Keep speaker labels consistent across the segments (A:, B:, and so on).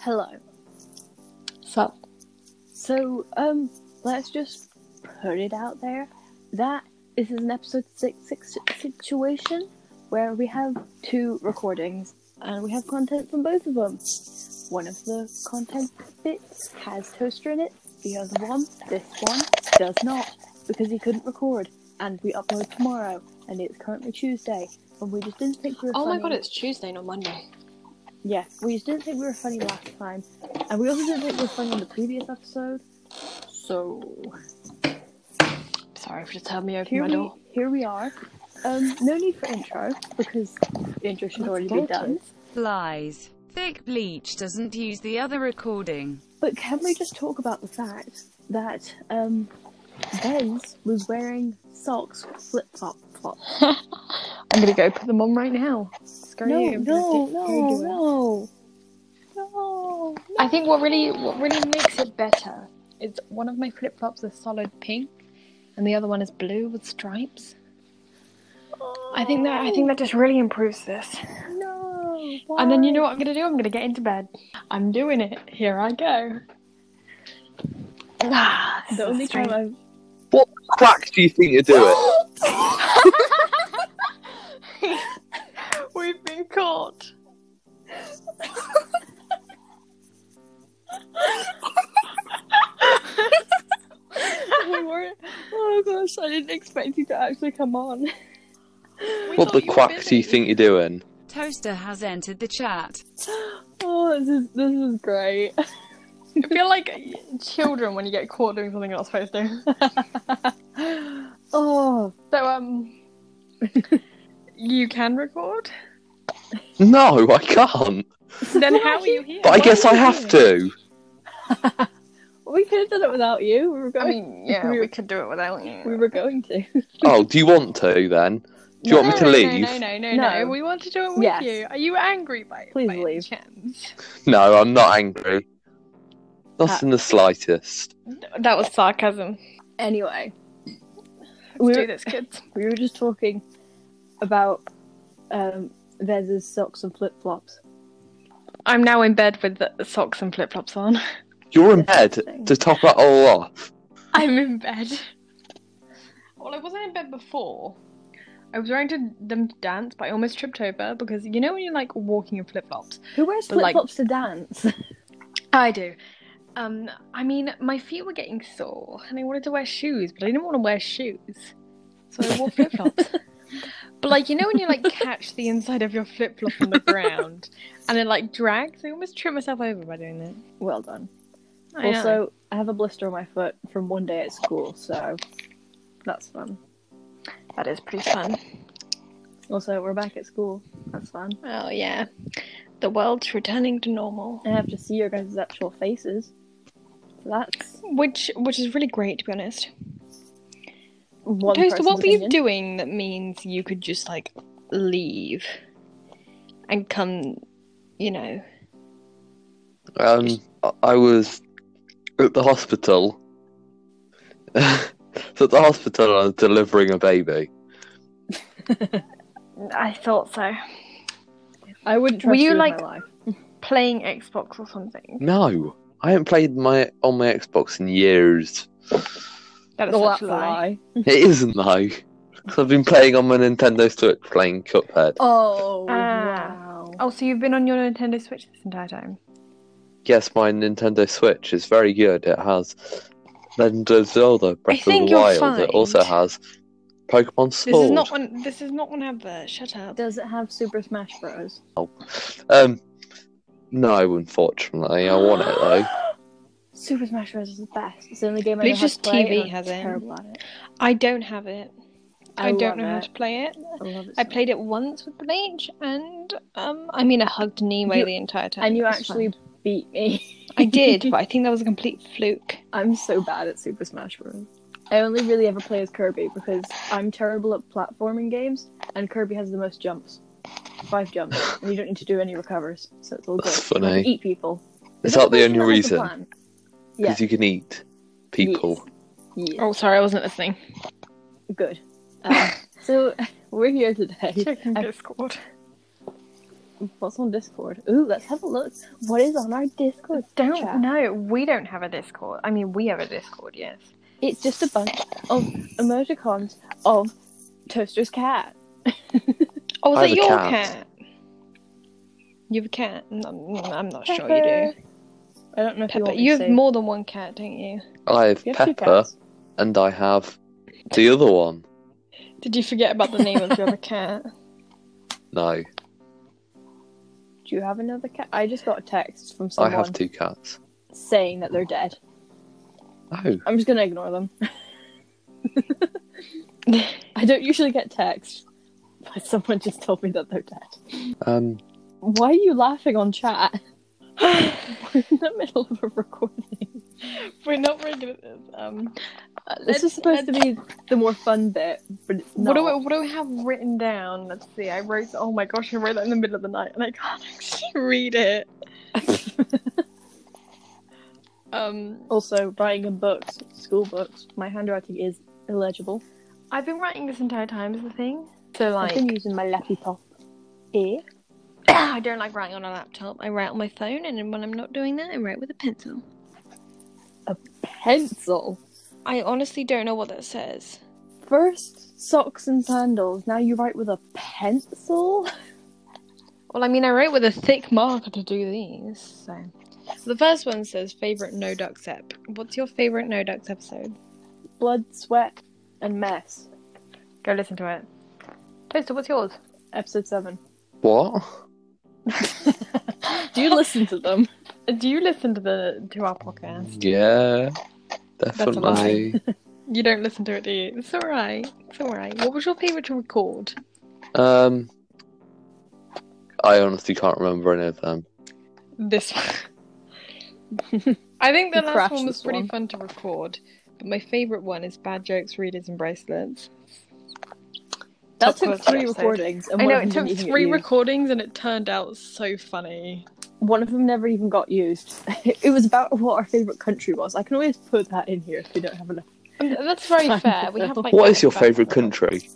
A: Hello.
B: So,
A: So, um, let's just put it out there. That is an episode six, six situation where we have two recordings and we have content from both of them. One of the content bits has toaster in it. The other one, this one, does not because he couldn't record. And we upload tomorrow, and it's currently Tuesday, and we just didn't think we were.
B: oh my
A: funny.
B: god, it's Tuesday, not Monday.
A: Yeah, we just didn't think we were funny last time, and we also didn't think we were funny on the previous episode. So
B: Sorry if you just heard me open
A: here
B: my
A: we
B: door.
A: here we are. Um, no need for intro because the intro should
B: That's
A: already be
B: gorgeous.
A: done.
C: Lies. Thick Bleach doesn't use the other recording.
A: But can we just talk about the fact that um, Benz was wearing socks, flip flop, flop.
B: I'm gonna go put them on right now. Screw
A: No,
B: you.
A: no, no,
B: no.
A: no, no.
B: I think what really what really makes it better is one of my flip flops is solid pink, and the other one is blue with stripes. I think that I think that just really improves this.
A: No.
B: And then you know what I'm gonna do? I'm gonna get into bed. I'm doing it. Here I go. Ah, this
A: The
B: is
A: only time
B: strange.
A: I've
D: What crack do you think you do it?
B: We've been caught.
A: we weren't. Oh gosh, I didn't expect you to actually come on.
B: We
D: What
B: thought
D: the
B: were
D: quack do you
B: busy.
D: think you're doing?
C: Toaster has entered the chat.
A: Oh, this is this is great.
B: I feel like children when you get caught doing something you're not supposed to.
A: Oh,
B: So um, you can record.
D: No, I can't.
B: Then how are you here?
D: But I
B: Why
D: guess
B: are
D: I
B: you
D: have
B: here?
D: to.
A: we could have done it without you. We were
B: I
A: going.
B: mean, yeah,
A: We-
B: we could do it without you.
A: we were going to.
D: Oh, do you want to then? Do you want me to
B: No,
D: leave?
B: No, no, no, no,
A: No.
B: We want to do it with
A: Yes.
B: you. Are you angry by
A: Please
B: by any
A: leave.
B: chance?
D: No, I'm not angry. Not
A: Ah.
D: in the slightest.
B: That was sarcasm.
A: Anyway,
B: Let's
A: We're-
B: do this, kids.
A: we were just talking about um, Vez's socks and flip flops.
B: I'm now in bed with the socks and flip flops on.
D: You're in bed to top it all off.
B: I'm in bed. Well, I wasn't in bed before. I was wearing to them to dance, but I almost tripped over because you know when you're like walking in flip flops.
A: Who wears
B: But,
A: flip
B: like-
A: flops to dance?
B: I do. Um, I mean, my feet were getting sore, and I wanted to wear shoes, but I didn't want to wear shoes, so I wore flip flops. But like you know when you like catch the inside of your flip flop on the ground, and it like drags. I almost tripped myself over by doing that.
A: well done.
B: I know.
A: also, I have a blister on my foot from one day at school, so that's fun.
B: that is pretty fun.
A: Also, we're back at school. That's fun.
B: Oh yeah, the world's returning to normal.
A: And I have to see your guys' actual faces. That's
B: which which is really great to be honest.
A: one
B: Toaster,
A: person's
B: what were you
A: opinion.
B: doing that means you could just like leave and come, you know?
D: Um, I- I was at the hospital. so at the hospital, I was delivering a baby.
B: I thought so.
A: I wouldn't
B: Were
A: trust
B: you,
A: you with
B: like-
A: my life.
B: Playing Xbox or something.
D: No, I haven't played my on my Xbox in years.
B: That is
A: Oh,
B: such
A: that's a
B: a lie.
A: lie.
D: It isn't though. 'Cause I've been playing on my Nintendo Switch playing Cuphead.
A: Oh,
B: Ah.
A: wow.
B: Oh, so you've been on your Nintendo Switch this entire time?
D: Yes, my Nintendo Switch is very good. It has Legend of Zelda
B: I
D: Breath of the
B: think you'll
D: Wild. It
B: find-
D: also has Pokemon
B: This
D: Sword.
B: is not on. This is not on advert. Shut up.
A: Does it have Super Smash Bros?
D: Um, no, unfortunately, I want it though.
A: Super Smash Bros is the best. It's the only game I
B: But
A: know
B: it's
A: how
B: just
A: to play,
B: TV
A: and I'm
B: has it.
A: Terrible at it.
B: I don't have it. I,
A: love
B: don't know how
A: it.
B: to play it.
A: I love it.
B: I
A: so
B: played it once with Bleach, and um, I mean, I hugged Nemo
A: You-
B: the entire time.
A: much. and you
B: It was
A: actually
B: fun.
A: beat me.
B: I did, but I think that was a complete fluke.
A: I'm so bad at Super Smash Bros. I only really ever play as Kirby because I'm terrible at platforming games, and Kirby has the most jumps. Five jumps, and you don't need to do any recovers, so it's all good.
D: That's
A: You can
D: funny.
A: Eat people.
D: Is
A: You're
D: that the
A: not
D: only
A: supposed to have
D: reason?
A: a
D: Because
A: plan. Yeah.
D: you can eat people.
A: Yes.
B: Oh, sorry, I wasn't listening.
A: Yeah. Good. Um, so we're here today.
B: Checking
A: I-
B: Discord.
A: What's on Discord? Ooh, let's have a look. What is on our Discord?
B: Don't
A: chat?
B: know. We don't have a Discord. I mean, we have a Discord, yes.
A: It's just a bunch of emoticons of Toaster's cat.
B: Oh, is
D: I
B: it
D: have a
B: your cat?
D: cat.
B: You have a cat? No, I'm not sure you do.
A: I don't know if you
B: Pepper.
A: want me
B: You
A: to
B: have
A: say-
B: more than one cat, don't you?
D: I have
A: You have two
D: Pepper
A: cats.
D: and I have the other one.
B: Did you forget about the name of your other cat?
D: No,
A: Do you have another cat? I just got a text from
D: I
A: someone
D: have two cats.
A: saying that they're dead.
D: Oh,
A: I'm just gonna ignore them. I don't usually get texts, but someone just told me that they're dead.
D: um,
A: Why are you laughing on chat? We're in the middle of a recording.
B: We're not very good at this. Um, uh,
A: This is
B: let's-
A: supposed to be the more fun bit, but it's
B: What
A: not.
B: do, I, what do I have written down? Let's see. I wrote. Oh my gosh, I wrote that in the middle of the night, and I can't actually read it. um,
A: also, writing in books, school books, my handwriting is illegible.
B: I've been writing this entire time is the thing. So like,
A: I've been using my laptop. Eh?
B: I don't like writing on a laptop. I write on my phone, and then when I'm not doing that, I write with a pencil.
A: Pencil.
B: I honestly don't know what that says.
A: First, socks and sandals. Now you write with a pencil?
B: Well, I mean, I wrote with a thick marker to do these. So, the first one says favorite No Ducks ep. What's your favorite No Ducks episode?
A: Blood, sweat, and mess.
B: Go listen to it. Toaster, what's yours?
A: Episode 7.
D: what?
A: Do you listen to them?
B: Uh, Do you listen to the to our podcast?
D: Yeah,
B: a
D: definitely.
B: You don't listen to it, do you? It's all right. It's all right. What was your favorite to record?
D: Um, I honestly can't remember any of them.
B: This one. I think the
A: You
B: last
A: crashed
B: one was
A: this
B: pretty
A: one.
B: fun to record, but my favorite one is bad jokes, readers, and bracelets.
A: That
B: Top
A: took
B: quality
A: three
B: episode.
A: recordings. And
B: I
A: one
B: know
A: of
B: it
A: them
B: took
A: didn't even
B: three
A: get used.
B: recordings and it turned out so funny.
A: One of them never even got used. It was about what our favourite country was. I can always put that in here if we don't have enough.
B: And Um, that's very
A: Fun
B: fair. We have
A: though.
B: like
D: What is your
B: back-to-back
D: favourite country?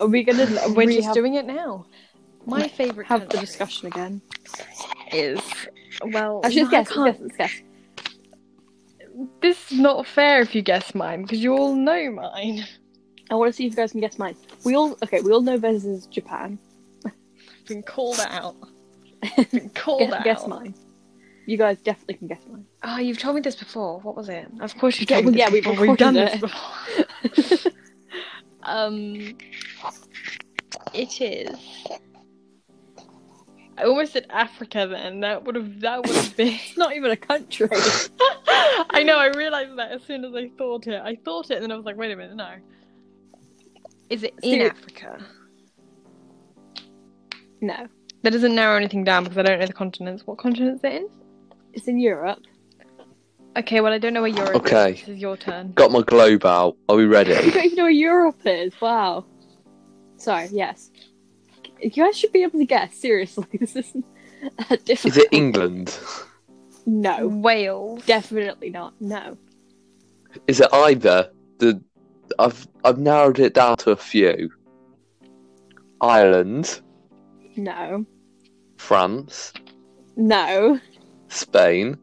A: Are we going to
B: We're just doing it now. My favorite
A: have the discussion again?
B: is well.
A: I should
B: Oh, no,
A: guess,
B: can't-
A: guess, guess.
B: This is not fair if you guess mine because you all know mine.
A: I want to see if you guys can guess mine. We all okay. We all know this is Japan.
B: I've been called out. I've been called
A: Guess,
B: out.
A: guess mine. You guys definitely can guess mine.
B: Oh, you've told me this before. What was it? Of course you
A: Yeah,
B: told me.
A: well,
B: this
A: yeah, we've
B: before. done
A: recorded
B: this before. um, it is. I almost said Africa. Then that would have that would have been.
A: It's not even a country.
B: I know. I realized that as soon as I thought it. I thought it, and then I was like, "Wait a minute, no." Is it in
A: Syria.
B: Africa?
A: no,
B: That doesn't narrow anything down because I don't know the continents. What continent's it in?
A: it's in Europe.
B: Okay, well I don't know where Europe.
D: Okay.
B: Is. This is your turn.
D: Got my globe out. Are we
A: You
D: ready?
A: don't even know where Europe is. Wow. Sorry. Yes. You guys should be able to guess. Seriously, this isn't that difficult.
D: Is it England?
A: No,
B: Wales.
A: definitely not. No.
D: Is it either the? I've I've narrowed it down to a few. Ireland,
A: No.
D: France,
A: No.
D: Spain.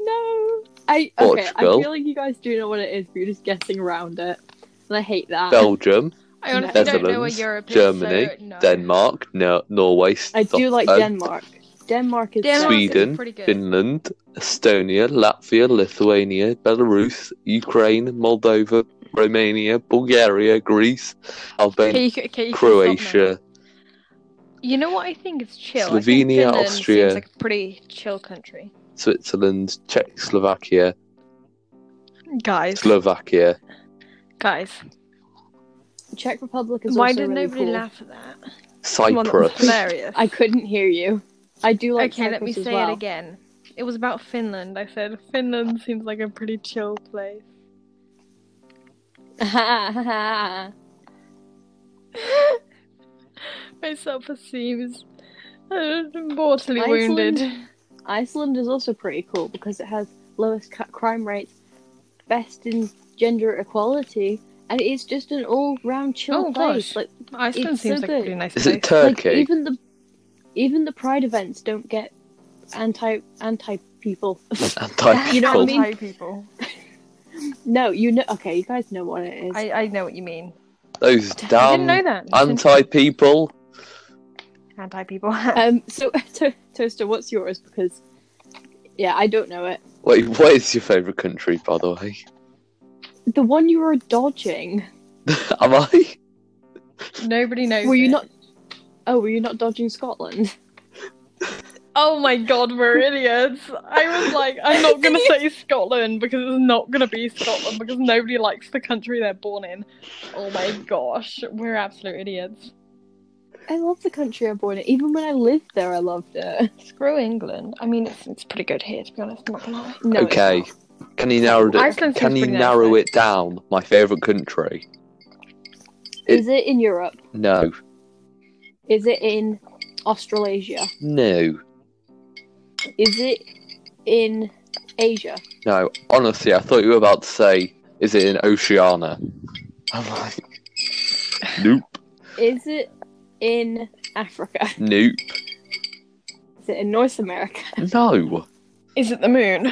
A: No. I okay. I
D: Portugal.
A: feel like you guys do know what it is, but you're just guessing around it, and I hate that.
D: Belgium,
B: Ah. I honestly don't know where
D: Netherlands,
B: Europe is.
D: Germany,
B: so no.
D: Denmark, no, Norway, oh,
A: I do like
D: Scotland,
A: Denmark. Denmark is
B: Denmark's
A: Denmark.
D: Sweden,
B: pretty good.
D: Finland, Estonia, Latvia, Lithuania, Belarus, Ukraine, Moldova, Romania, Bulgaria, Greece,
B: Okay,
D: Albania,
B: you, can- okay, you can stop
D: Croatia.
B: now. You know what I think is chill. I think
D: Slovenia,
B: Finland
D: Austria.
B: Seems like a pretty chill country.
D: Switzerland, Czechoslovakia,
B: Guys,
D: Slovakia.
B: guys,
A: Czech Republic is
B: why
A: also
B: did
A: really
B: nobody
A: cool.
B: laugh at that? Come on, that was
D: Cyprus.
B: hilarious.
A: I couldn't hear you. I do like.
B: okay, let me
A: Cyprus
B: say
A: as well.
B: it again. It was about Finland. I said Finland seems like a pretty chill place.
A: again.
B: My self-esteem is uh, mortally
A: Iceland.
B: wounded.
A: Iceland is also pretty cool because it has lowest cu- crime rates, best in gender equality, and it's just an all-round chill
B: Oh,
A: place.
B: gosh.
A: Like,
B: Iceland
A: It's so
B: seems like a pretty
A: good.
B: nice
D: Is
B: place.
D: it
A: like
D: Turkey?
A: even the Even the Pride events don't get anti anti people.
D: Anti
A: You know what I
D: people.
A: mean?
B: Anti people.
A: no, you know. Okay, you guys know what it is.
B: I, I know what you mean.
D: Those
B: I didn't know
D: damn
B: that.
D: anti people.
B: anti people.
A: Um. So, to- Toaster, what's yours? Because yeah, I don't know it.
D: Wait, what is your favourite country, by the way?
A: The one you were dodging.
D: Am I?
B: Nobody knows.
A: Were you
B: it.
A: not? Oh, were you not dodging Scotland?
B: Oh my god, we're idiots. I was like, I'm not gonna say Scotland because it's not gonna be Scotland because nobody likes the country they're born in. Oh my gosh, we're absolute idiots.
A: I love the country I'm born in. Even when I lived there, I loved it.
B: Screw England. I mean, it's, it's pretty good here, to be honest. I'm not gonna lie.
A: No, it's
D: okay.
A: not.
D: Can you narrow it?
B: Iceland
D: Can
B: seems
D: you
B: pretty
D: narrow
B: nice,
D: it down? My favourite country. It-
A: Is it in Europe?
D: No,
A: Is it in Australasia?
D: no,
A: Is it in Asia?
D: no. Honestly, I thought you were about to say, "Is it in Oceania?"
B: Oh
D: I'm like, nope,
A: Is it in Africa?
D: nope,
A: Is it in North America?
D: no.
B: Is it the moon?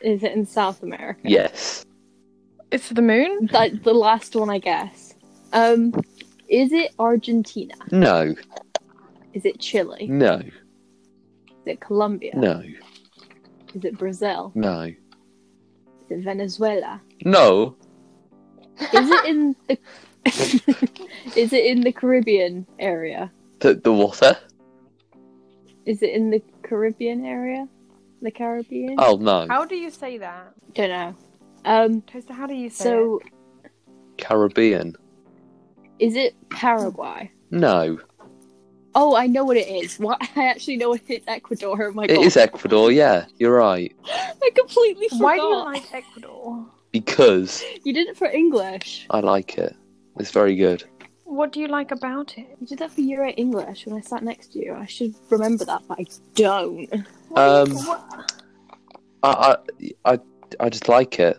A: Is it in South America?
D: Yes,
B: It's the moon?
A: That the last one, I guess. Um, is it Argentina?
D: no,
A: Is it Chile?
D: no,
A: Is it Colombia?
D: no,
A: Is it Brazil?
D: no,
A: Is it Venezuela?
D: no.
A: Is it in the Is it in the Caribbean area?
D: The the water?
A: Is it in the Caribbean area? The Caribbean?
D: Oh no,
B: How do you say that?
A: Don't know. Um,
B: Toaster, how do you say it?
A: so
D: Caribbean.
A: is it Paraguay?
D: No,
A: Oh, I know what it is. What I actually know what it is. Ecuador. Oh my
D: it
A: god,
D: is Ecuador. Yeah, you're right.
A: I completely forgot.
B: Why do you like Ecuador?
D: Because
A: You did it for English.
D: I like it. It's very good.
B: What do you like about it?
A: You did that for Euro English when I sat next to you. I should remember that, but I don't.
B: What do you-
D: Um,
B: what-
D: I I I, I just like it.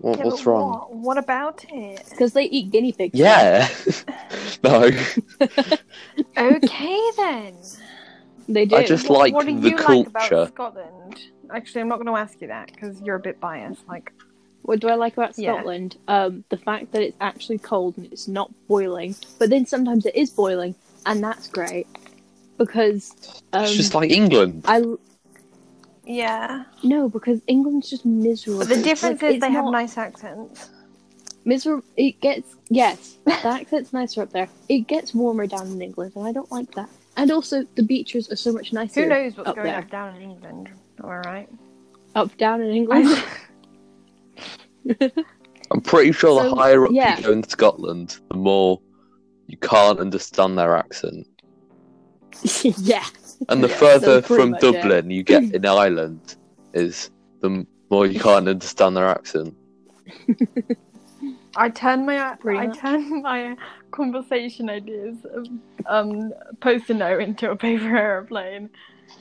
D: What,
B: yeah,
D: what's
B: but
D: wrong?
B: What, what about it?
A: Because they eat guinea pigs.
D: Yeah. no,
B: Okay then.
A: they do.
D: I just like
B: what do
D: the
B: you like
D: culture.
B: about Scotland? Actually, I'm not going to ask you that because you're a bit biased. Like,
A: What do I like about
B: Yeah.
A: Scotland? Um, the fact that it's actually cold and it's not boiling, but then sometimes it is boiling, and that's great because um,
D: it's just like England.
A: I
B: yeah,
A: no because England's just miserable.
B: but the difference
A: Like,
B: is
A: it's
B: they have
A: not-
B: nice accents.
A: miserable. It gets yes, the accent's nicer up there. It gets warmer down in England, and I don't like that. And also, the beaches are so much nicer.
B: Who knows what's
A: up
B: going
A: there.
B: up down in England? All right.
A: up down in England?
D: I'm pretty sure the
A: So,
D: higher up
A: yeah.
D: you go in Scotland, the more you can't understand their accent.
A: yeah,
D: And the
A: Yeah, so
D: further
A: pretty
D: from
A: much, yeah.
D: Dublin you get in Ireland, is the m- more you can't understand their accent.
B: I turn my
A: Pretty
B: I
A: much.
B: turn my conversation ideas of um post a note into a paper airplane.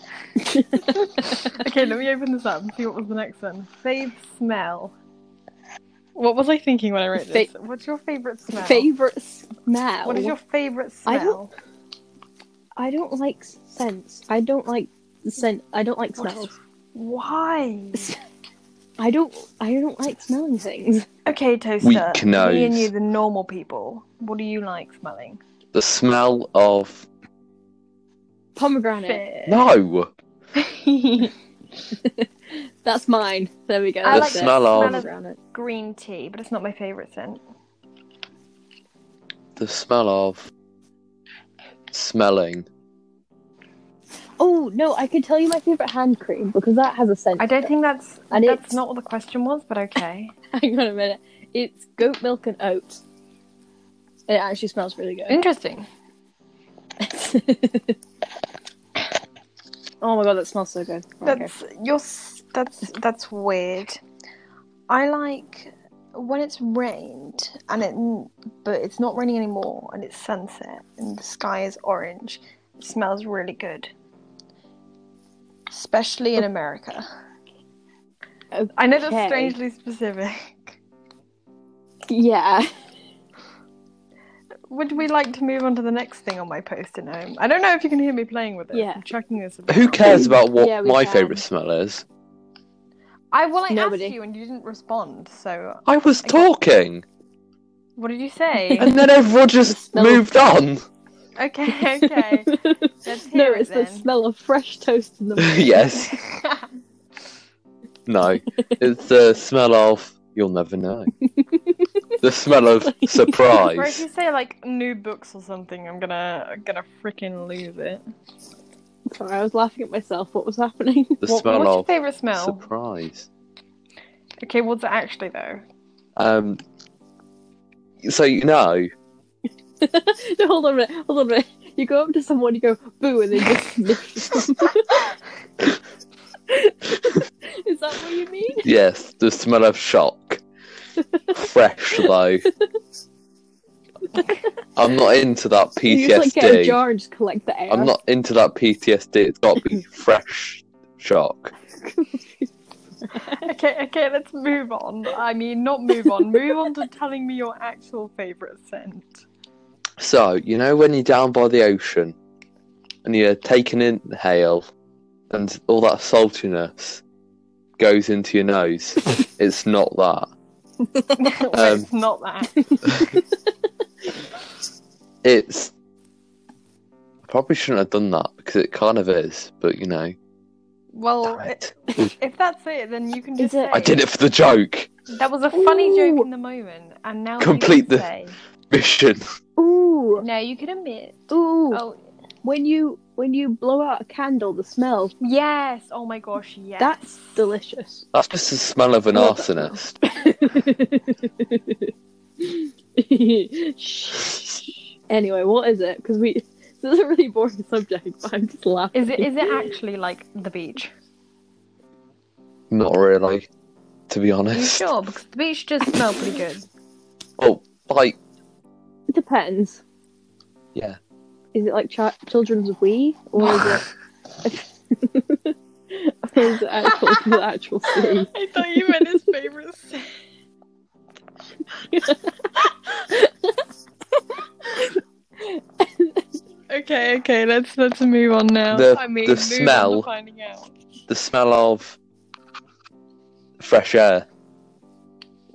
B: okay, let me open this up and see what was the next one. Fave smell. What was I thinking when I wrote this? What's your favorite smell?
A: favorite smell.
B: What is your favorite smell?
A: I don't- I don't like scents. I don't like scent. I don't like
B: What is-
A: smells.
B: Why?
A: I don't. I don't like smelling things.
B: Okay, Toaster.
D: Weak
B: Me and
D: nose.
B: you, the normal people. What do you like smelling?
D: The smell of
A: Pomegranate.
D: no,
A: That's mine. There we go.
B: I
D: the
B: like
A: That's
B: the
A: it.
D: smell of
B: smell of-
A: pomegranate.
B: Green tea, but it's not my favorite scent.
D: the smell of smelling.
A: Oh no! I can tell you my favorite hand cream because that has a scent.
B: I don't think that's
A: And
B: that's
A: it's-
B: not what the question was, but okay.
A: Hang on a minute. It's goat milk and oats. It actually smells really good.
B: Interesting.
A: oh my god, that smells so good. Okay.
B: That's your s that's that's weird. I like when it's rained and it but it's not raining anymore and it's sunset and the sky is orange. It smells really good. Especially in America. I know that's
A: Okay.
B: strangely specific.
A: Yeah.
B: Would we like to move on to the next thing on my post-it note? I don't know if you can hear me playing with it.
A: Yeah.
B: I'm tracking this. a bit.
D: Who cares about what
A: Yeah, we
D: my
A: can.
D: favourite smell is?
B: I well, I
A: Nobody.
B: asked you and you didn't respond. So
D: I was
B: Okay.
D: talking,
B: what did you say?
D: and then everyone just
A: smell-
D: moved on.
B: okay, okay. Let's
A: no,
B: hear it
A: it's the
B: then.
A: smell of fresh toast in the morning.
D: yes, no, it's the smell of you'll never know. the smell of
B: Or if
D: surprise.
B: you say like new books or something, I'm gonna I'm gonna freaking lose it.
A: Sorry, I was laughing at myself. What was happening?
D: The
B: What-
D: smell
B: what's your
D: of
B: favorite smell?
D: surprise.
B: Okay, what's it actually though?
D: Um, so you know,
A: no, hold on a minute. Hold on a minute. You go up to someone, you go boo, and then just sniff them. Is that what you mean?
D: yes, the smell of shock. Fresh though. I'm not into that
A: You just like get a
D: PTSD.
A: jar and just collect the air.
D: I'm not into that PTSD. It's got to be fresh shock.
B: Okay, okay, let's move on. I mean, not move on. Move on to telling me your actual favorite scent.
D: So you know when you're down by the ocean and you're taking in the hail, and all that saltiness goes into your nose. it's not that.
B: Well,
D: Um,
B: it's not that.
D: It's. I probably shouldn't have done that because it kind of is, but you know.
B: Well,
D: Damn it.
B: i- if that's it, then you can
A: Is
B: just.
A: it-
B: Say,
D: I did it for the joke.
B: That was a funny
A: Ooh.
B: joke in the moment, and now you can
D: Complete the-
B: Say.
D: Mission.
A: Ooh,
B: No, you can admit.
A: ooh.
B: Oh
A: When you when you blow out a candle, the smell
B: yes! Oh my gosh, yes.
A: that's delicious.
D: That's just the smell of an
A: Well,
D: arsonist.
A: anyway, what is it? Because we this is a really boring subject, but I'm just laughing.
B: Is it? Is it actually like the beach?
D: Not really, to be
B: Are you
D: honest.
B: sure? Because the beach does smell pretty good.
D: Oh, like
A: It depends.
D: Yeah.
A: Is it like chi- children's wee, or is it? or is it actual the actual sea?
B: I thought you meant his favorite scent. okay, okay, let's let's move on now.
D: The-
B: I mean,
D: the
B: move
D: smell.
B: On to finding out.
D: the smell of fresh air.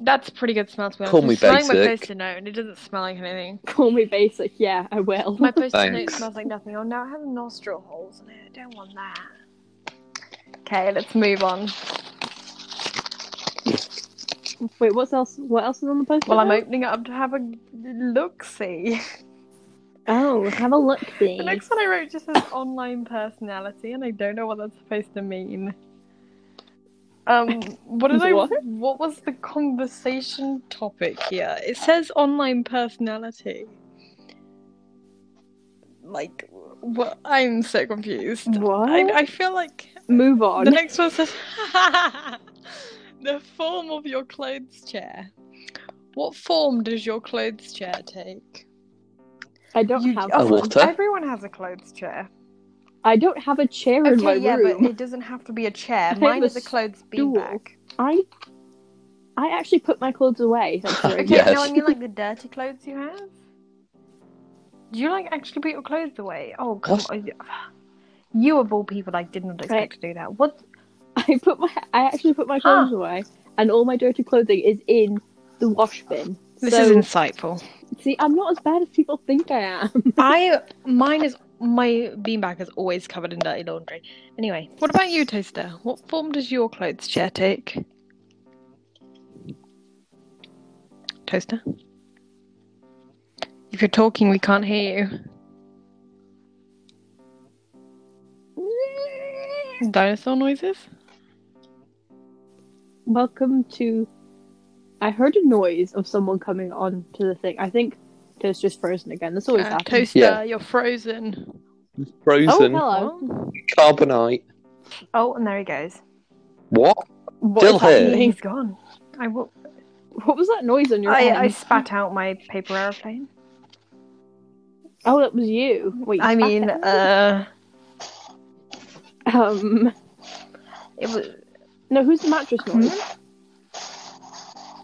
B: That's a pretty good smell to be
D: Call
B: honest.
D: me
B: I'm smelling my
D: basic.
B: post-it note and it doesn't smell like anything.
A: Call me basic. Yeah, I will.
B: My post-it note
D: Thanks.
B: smells like nothing. Oh no, it has nostril holes in it. I don't want that. Okay, let's move on.
A: Wait, what's else? What else is on the post?
B: Well, I'm opening it up to have a look see.
A: Oh, have a look, see.
B: The next one I wrote just says online personality, and I don't know what that's supposed to mean. Um, what did I?
A: What?
B: What was the conversation topic here? It says online personality. Like, what? I'm so confused.
A: What?
B: I, I feel like
A: Move on.
B: the next one says the form of your clothes chair. What form does your clothes chair take?
A: I don't
B: You-
A: have.
D: A
B: oh,
A: one.
D: water?
B: Everyone has a clothes chair.
A: I don't have a chair in my
B: Okay, yeah,
A: room.
B: but it doesn't have to be a chair.
A: have
B: Mine
A: a
B: is a clothes
A: stool.
B: beanbag.
A: I, I actually put my clothes away. That's very
B: Okay,
A: good.
D: Yes.
B: no, I mean like the dirty clothes you have. Do you like actually put your clothes away? Oh, come
D: What?
B: on. You of all people, I did not expect
A: Right.
B: to do that. What?
A: I put my, I actually put my clothes away, and all my dirty clothing is in the wash bin. so,
B: insightful.
A: see, I'm not as bad as people think I am.
B: I mine is my beanbag is always covered in dirty laundry. Anyway, what about you, Toaster? What form does your clothes chair take? Toaster, if you're talking, we can't hear you. Dinosaur noises?
A: Welcome to. I heard a noise of someone coming on to the thing. I think Toast just frozen again. That's always
B: Uh,
A: happening.
B: toaster,
D: Yeah.
B: you're frozen.
A: Oh,
D: Frozen
A: hello.
D: carbonite.
B: Oh, and there he goes.
D: What?
A: What
D: Still
A: is
D: here.
A: happening?
B: He's gone. I, wa-
A: What was that noise on your
B: I,
A: end?
B: I spat out my paper aeroplane.
A: Oh, that was you. Wait, you
B: I
A: spat
B: mean,
A: out?
B: uh,
A: um,
B: it was.
A: no, who's the mattress noise?
B: Hmm.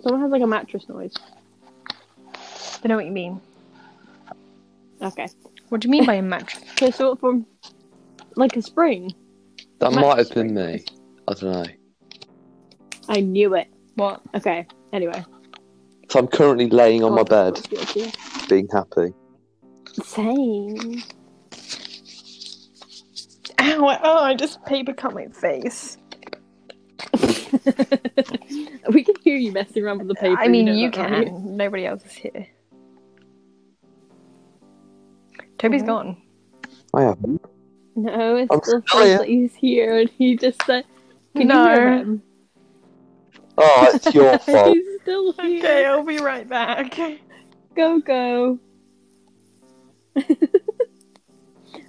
A: Someone has like a mattress noise.
B: I know what you mean.
A: Okay.
B: What do you mean by a mattress?
A: So sort from like a spring.
D: That
A: Might
D: might
A: be
D: have been me. I don't know.
A: I knew it.
B: What?
A: Okay. Anyway.
D: So I'm currently laying on my
A: God,
D: bed,
A: that's a good idea.
D: being happy.
A: Same.
B: Ow! Oh, I just paper cut my face.
A: We can hear you messing
B: Um,
A: around with the paper.
B: I mean,
A: know
B: you
A: that,
B: can.
A: right?
B: Nobody else is here. Toby's
A: Mhm.
B: gone.
D: I haven't.
A: No, it's
D: I'm
A: the
D: sorry.
A: fact that he's here and he just said, "Can
B: No.
A: you hear him?
D: Oh, it's your fault.
A: He's still here.
B: I'll be right back. I
A: Go go.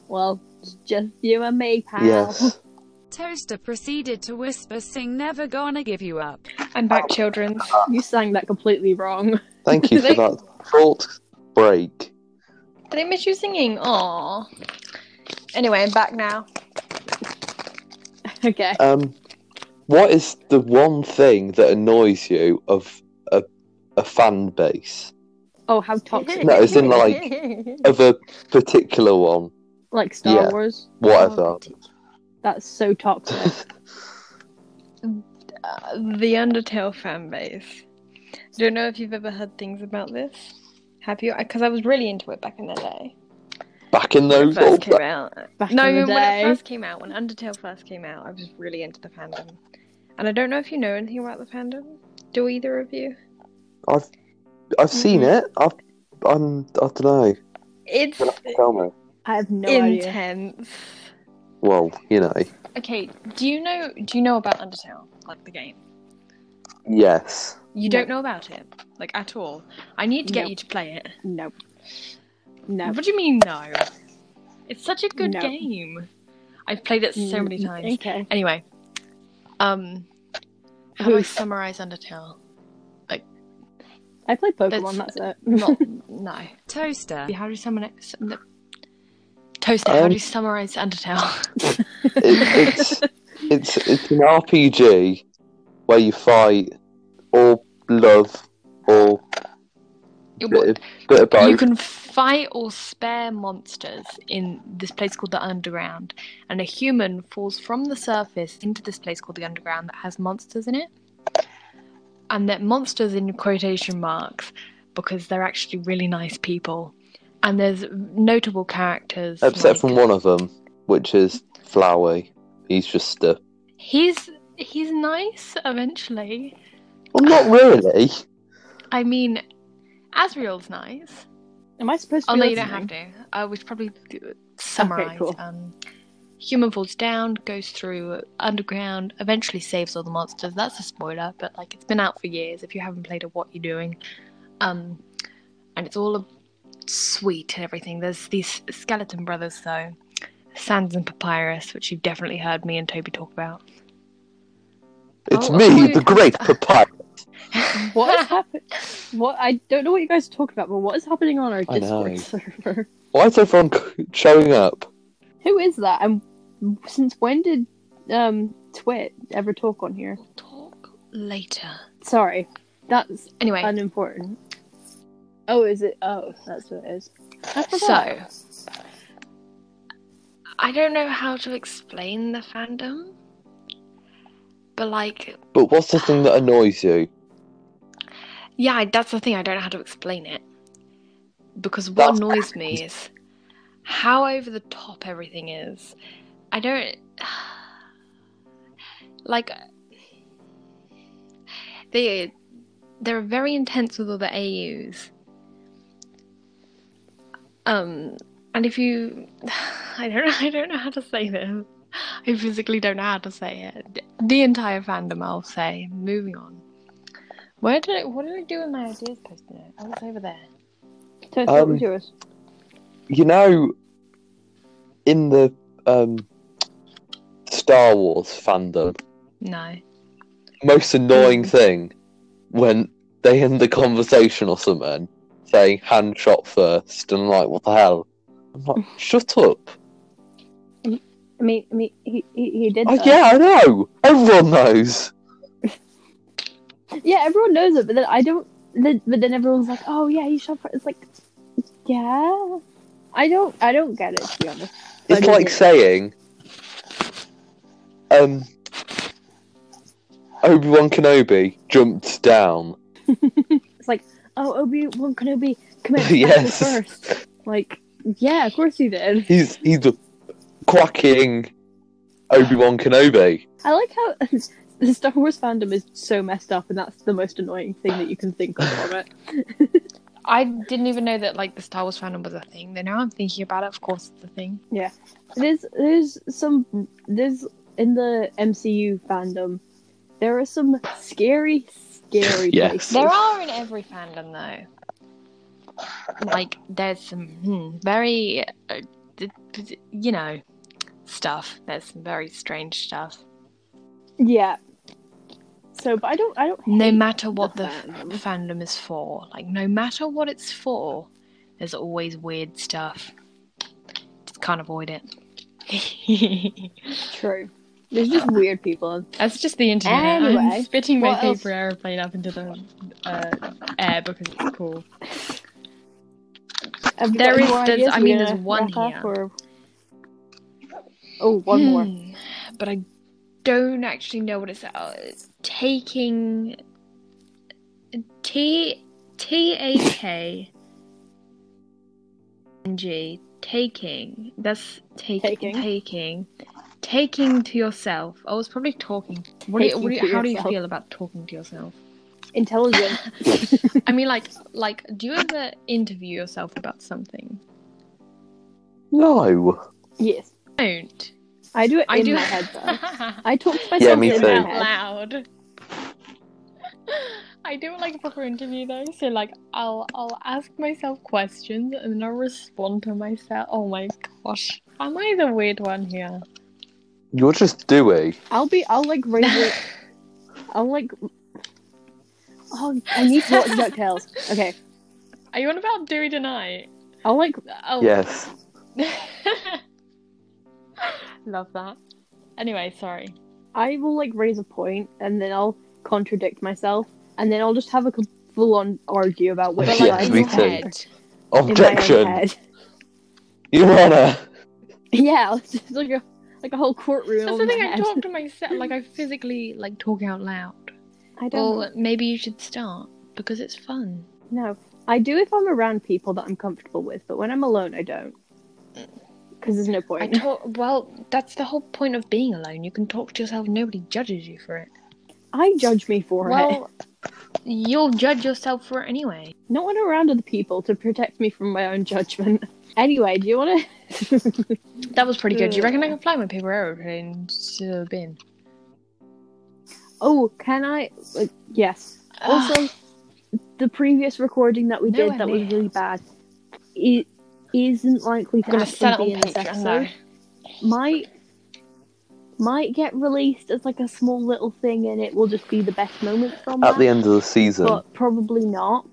A: well, it's just you and me, pal.
D: Yes.
C: Toaster proceeded to whisper, Sing Never Gonna Give You Up.
B: am back, children.
A: You sang that completely wrong.
D: Thank you for
B: They-
D: that fault break.
B: Did I miss you singing? Aww. Anyway, I'm back now.
A: okay.
D: Um, what is the one thing that annoys you of a, a fan base
A: Oh, how toxic.
D: No, it's in, like- of a particular one,
A: Like Star
D: Yeah.
A: Wars.
D: whatever?
A: Oh, That's so toxic.
B: Uh, the Undertale fan base. Don't know if you've ever heard things about this. Have you? Because I was really into it back in the day.
D: Back in
B: When it
D: those
B: first
D: old
B: came out.
A: Back
B: no,
A: in the
B: when it
A: day.
B: first came out, when Undertale first came out, I was really into the fandom. And I don't know if you know anything about the fandom. Do either of you?
D: I've seen
A: Mm-hmm.
D: it. I've, I'm, I don't know.
B: It's
D: Tell me.
A: I have no idea.
B: intense.
D: Well, you know.
B: Okay, do you know? Do you know about Undertale, like the game?
D: Yes.
B: You
A: No.
B: don't know about it, like at all. I need to get
A: No.
B: you to play it.
A: No. No.
B: What do you mean no? It's such a good
A: No.
B: game. I've played it so many
A: Mm,
B: times.
A: Okay.
B: Anyway, um, how do I
A: Oof.
B: summarize Undertale?
A: I played Pokemon, that's, it.
B: Not no.
C: Toaster.
B: How do you summarize? Toaster. how
D: Um,
B: do you summarize Undertale?
D: It, it's it's it's an RPG where you fight or love or bit, of, bit of both.
B: You can fight or spare monsters in this place called the Underground, and a human falls from the surface into this place called the Underground that has monsters in it. And that monsters in quotation marks because they're actually really nice people. And there's notable characters.
D: Except
B: like-
D: from one of them, which is Flowey. He's just a.
B: He's he's nice eventually.
D: Well, not really.
B: I mean, Asriel's nice.
A: Am I supposed to
B: Oh
A: be
B: no, you don't
A: listening?
B: have to. I would probably do- summarize.
A: cool.
B: um, human falls down, goes through underground, eventually saves all the monsters. That's a spoiler, but like it's been out for years. If you haven't played it, what you're doing? Um, and it's all a sweet and everything. There's these skeleton brothers though, Sands and Papyrus, which you've definitely heard me and Toby talk about.
D: It's
B: Oh, oh,
D: me,
B: you
D: the great
B: can't-
D: papyrus.
A: What is happening? What I don't know what you guys are talking about, but what is happening on our
D: I know.
A: Discord server?
D: Why is everyone c- showing up?
A: Who is that? And since when did um Twit ever talk on here?
B: We'll talk later.
A: Sorry, that's
B: Anyway,
A: unimportant. Oh, is it? Oh, that's what it is. I forgot.
B: So, I don't know how to explain the fandom, but like,
D: But what's the thing that annoys you?
B: yeah, I- that's the thing. I don't know how to explain it because what
D: That's-
B: annoys me is how over the top everything is. I don't like they they're very intense with all the AUs. Um, and if you, I don't know, I don't know how to say this. I physically don't know how to say it. The entire fandom, I'll say. Moving on. Where did I? What did I do with my ideas post-it? note? I was over there.
A: So, what
D: um,
A: was yours?
D: You know, in the um, Star Wars fandom,
B: No.
D: most annoying
A: Mm.
D: thing when they end the conversation or something saying hand shot first and I'm like what the hell i'm like shut up
A: I mean, I mean, he he, he did.
D: oh,
A: that.
D: yeah i know everyone knows
A: yeah. Everyone knows it, but then I don't. Then, but then everyone's like, "Oh yeah, he shot." fir-" It's like, yeah, I don't. I don't get it. To be honest,
D: It's
A: I
D: like
A: don't-
D: saying, um, Obi Wan Kenobi jumped down.
A: it's like, oh, Obi Wan Kenobi, come here, yes.
D: Yes.
A: first. Like, yeah, of course he did.
D: He's he's a quacking Obi Wan Kenobi.
A: I like how the Star Wars fandom is so messed up, and that's the most annoying thing that you can think of from it.
B: I didn't even know that like the Star Wars fandom was a thing. Then now I'm thinking about it. Of course, it's a thing.
A: There's there's some there's in the MCU fandom, there are some scary, scary
D: Yes.
A: places.
B: There are in every fandom though. Like there's some hmm, very, uh, d- d- you know, stuff. There's some very strange stuff.
A: Yeah. So, but I don't. I don't.
B: No
A: hate
B: matter what the, f-
A: fandom.
B: fandom is for, like no matter what it's for, there's always weird stuff. Just can't avoid it.
A: True. There's just weird people.
B: That's just the internet.
A: Anyway,
B: I'm spitting my
A: what else?
B: paper airplane up into the uh, air because it's cool.
A: Have you
B: There
A: got
B: is-
A: more
B: there's-
A: ideas
B: I
A: we're
B: mean,
A: gonna
B: there's one
A: wrap up,
B: here.
A: or- Oh, one more.
B: Hmm, But I don't actually know what it's about. It's taking T T A K N G taking. That's taking
A: Taking.
B: taking taking to yourself. I was probably talking. What do you,
A: Taking
B: what do
A: to
B: you, how do you
A: yourself.
B: feel about talking to yourself?
A: Intelligent.
B: I mean, like, like, do you ever interview yourself about something?
D: No.
A: yes,
B: Don't.
A: I do it
B: I
A: in
B: do.
A: my head though. I talk to myself
D: Yeah, me
A: in
D: too.
A: my
B: out
A: head.
B: loud. I do it like a proper interview though, so like I'll I'll ask myself questions and then I'll respond to myself. Oh my gosh, am I the weird one here?
D: You're just Dewey.
A: I'll be. I'll like raise it. I'll like. Oh, I need to watch Ducktales. Okay,
B: Are you on about Dewey tonight?
A: I'll like.
B: Oh
D: Yes.
B: love that. Anyway, sorry.
A: I will like raise a point, and then I'll contradict myself, and then I'll just have a full on argue about which
D: But,
B: But
D: like,
A: side
B: like
D: Yes, me
B: in
A: is
B: your
D: too.
A: better.
B: head,
A: In my own
D: Objection,
A: head.
D: Your Honor.
A: Yeah, it's just like a like a whole courtroom.
B: that's
A: over my
B: the thing. I
A: head.
B: talk to myself like I physically like talk out loud.
A: I don't
B: Well, maybe you should start because it's fun.
A: know. I do if I'm around people that I'm comfortable with, but when I'm alone, I don't. Because there's no
B: I
A: point.
B: talk, well, that's the whole point of being alone. You can talk to yourself, nobody judges you for it.
A: I judge me for it.
B: Well, you'll judge yourself for it anyway.
A: Not when I'm around other people to protect me from my own judgment. Anyway, do you want to?
B: That was pretty good. Do you reckon I can fly my paper aeroplane to the bin?
A: oh, can I? uh, yes. Also, the previous recording that we did
B: Nowhere
A: that was
B: near.
A: really bad. It isn't likely to
B: I'm gonna sell it
A: actually be in
B: on
A: this
B: Patreon.
A: episode.
B: though.
A: might might get released as like a small little thing and it will just be the best moment from
D: At
A: that,
D: the end of the season.
A: but probably not.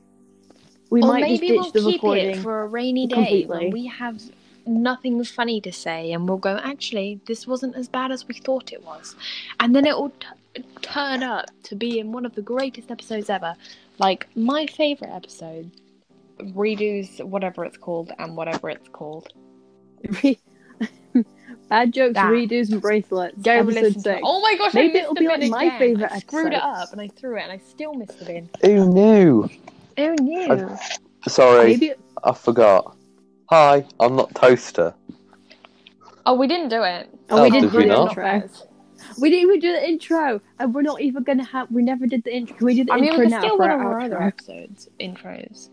A: We
B: Or
A: might just
B: maybe
A: ditch
B: we'll
A: the
B: keep
A: recording.
B: it for a rainy day
A: completely.
B: when we have nothing funny to say, and we'll go. Actually, this wasn't as bad as we thought it was, and then it will t- turn up to be in one of the greatest episodes ever. Like my favorite episode, redos whatever it's called and whatever it's called.
A: Bad jokes,
B: That.
A: redos, and bracelets.
B: Go
A: episode
B: listen to.
A: six.
B: It. Oh my gosh!
A: Maybe
B: I missed
A: it'll
B: the
A: be
B: bin
A: like my
B: again.
A: favourite
B: I screwed it
A: episode.
B: up and I threw it, and I still missed the bin.
D: Who knew?
B: Oh no!
D: Sorry,
A: Maybe
D: I forgot. Hi, I'm not Toaster.
B: Oh, we didn't do it.
A: oh,
D: Oh,
A: we didn't
D: did we
A: do the
D: not?
A: intro. We didn't even do the intro, and we're not even gonna have. We never did the intro. Can we do the
B: I mean,
A: intro
B: we can
A: now
B: still
A: for
B: one of
A: our
B: our other
A: outro?
B: episodes intros.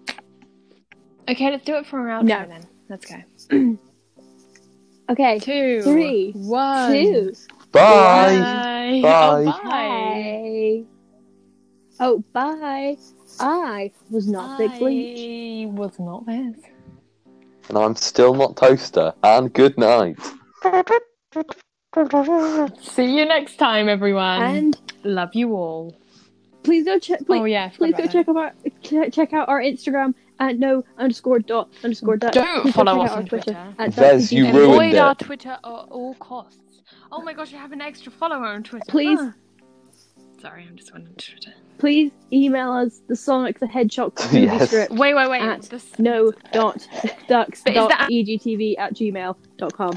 B: Okay, let's do it for our outro
A: No.
B: then. Let's go.
A: Okay.
B: Two,
A: Three,
B: one,
A: Two.
B: bye,
D: Bye. Bye.
B: Oh,
A: Bye.
B: bye.
A: Oh, bye. I was not Big Bleach.
B: I was not this.
D: And I'm still not Toaster. And good night.
B: See you next time, everyone.
A: And
B: love you all.
A: please go check. Please,
B: oh yeah, I forgot
A: please go
B: about
A: check out our che- check out our Instagram at no underscore dot underscore
B: that.
A: dot.
B: Don't
A: Please go
B: follow
A: check
B: us
A: out
B: on
A: our Twitter.
B: Twitter.
A: at
D: Vez,
A: Darcy
D: you
A: Deep.
D: ruined ruined
B: Avoid
D: it.
B: our Twitter at all costs. Oh my gosh, I have an extra follower on Twitter.
A: Please.
B: Ah. Sorry, I'm just wondering.
A: Please email us the Sonic the Hedgehog movie
D: Yes.
A: script.
B: Wait, wait, wait.
A: At-
B: This-
A: No dot E ducks
B: But is
A: dot
B: that-
A: egtv at gmail dot com.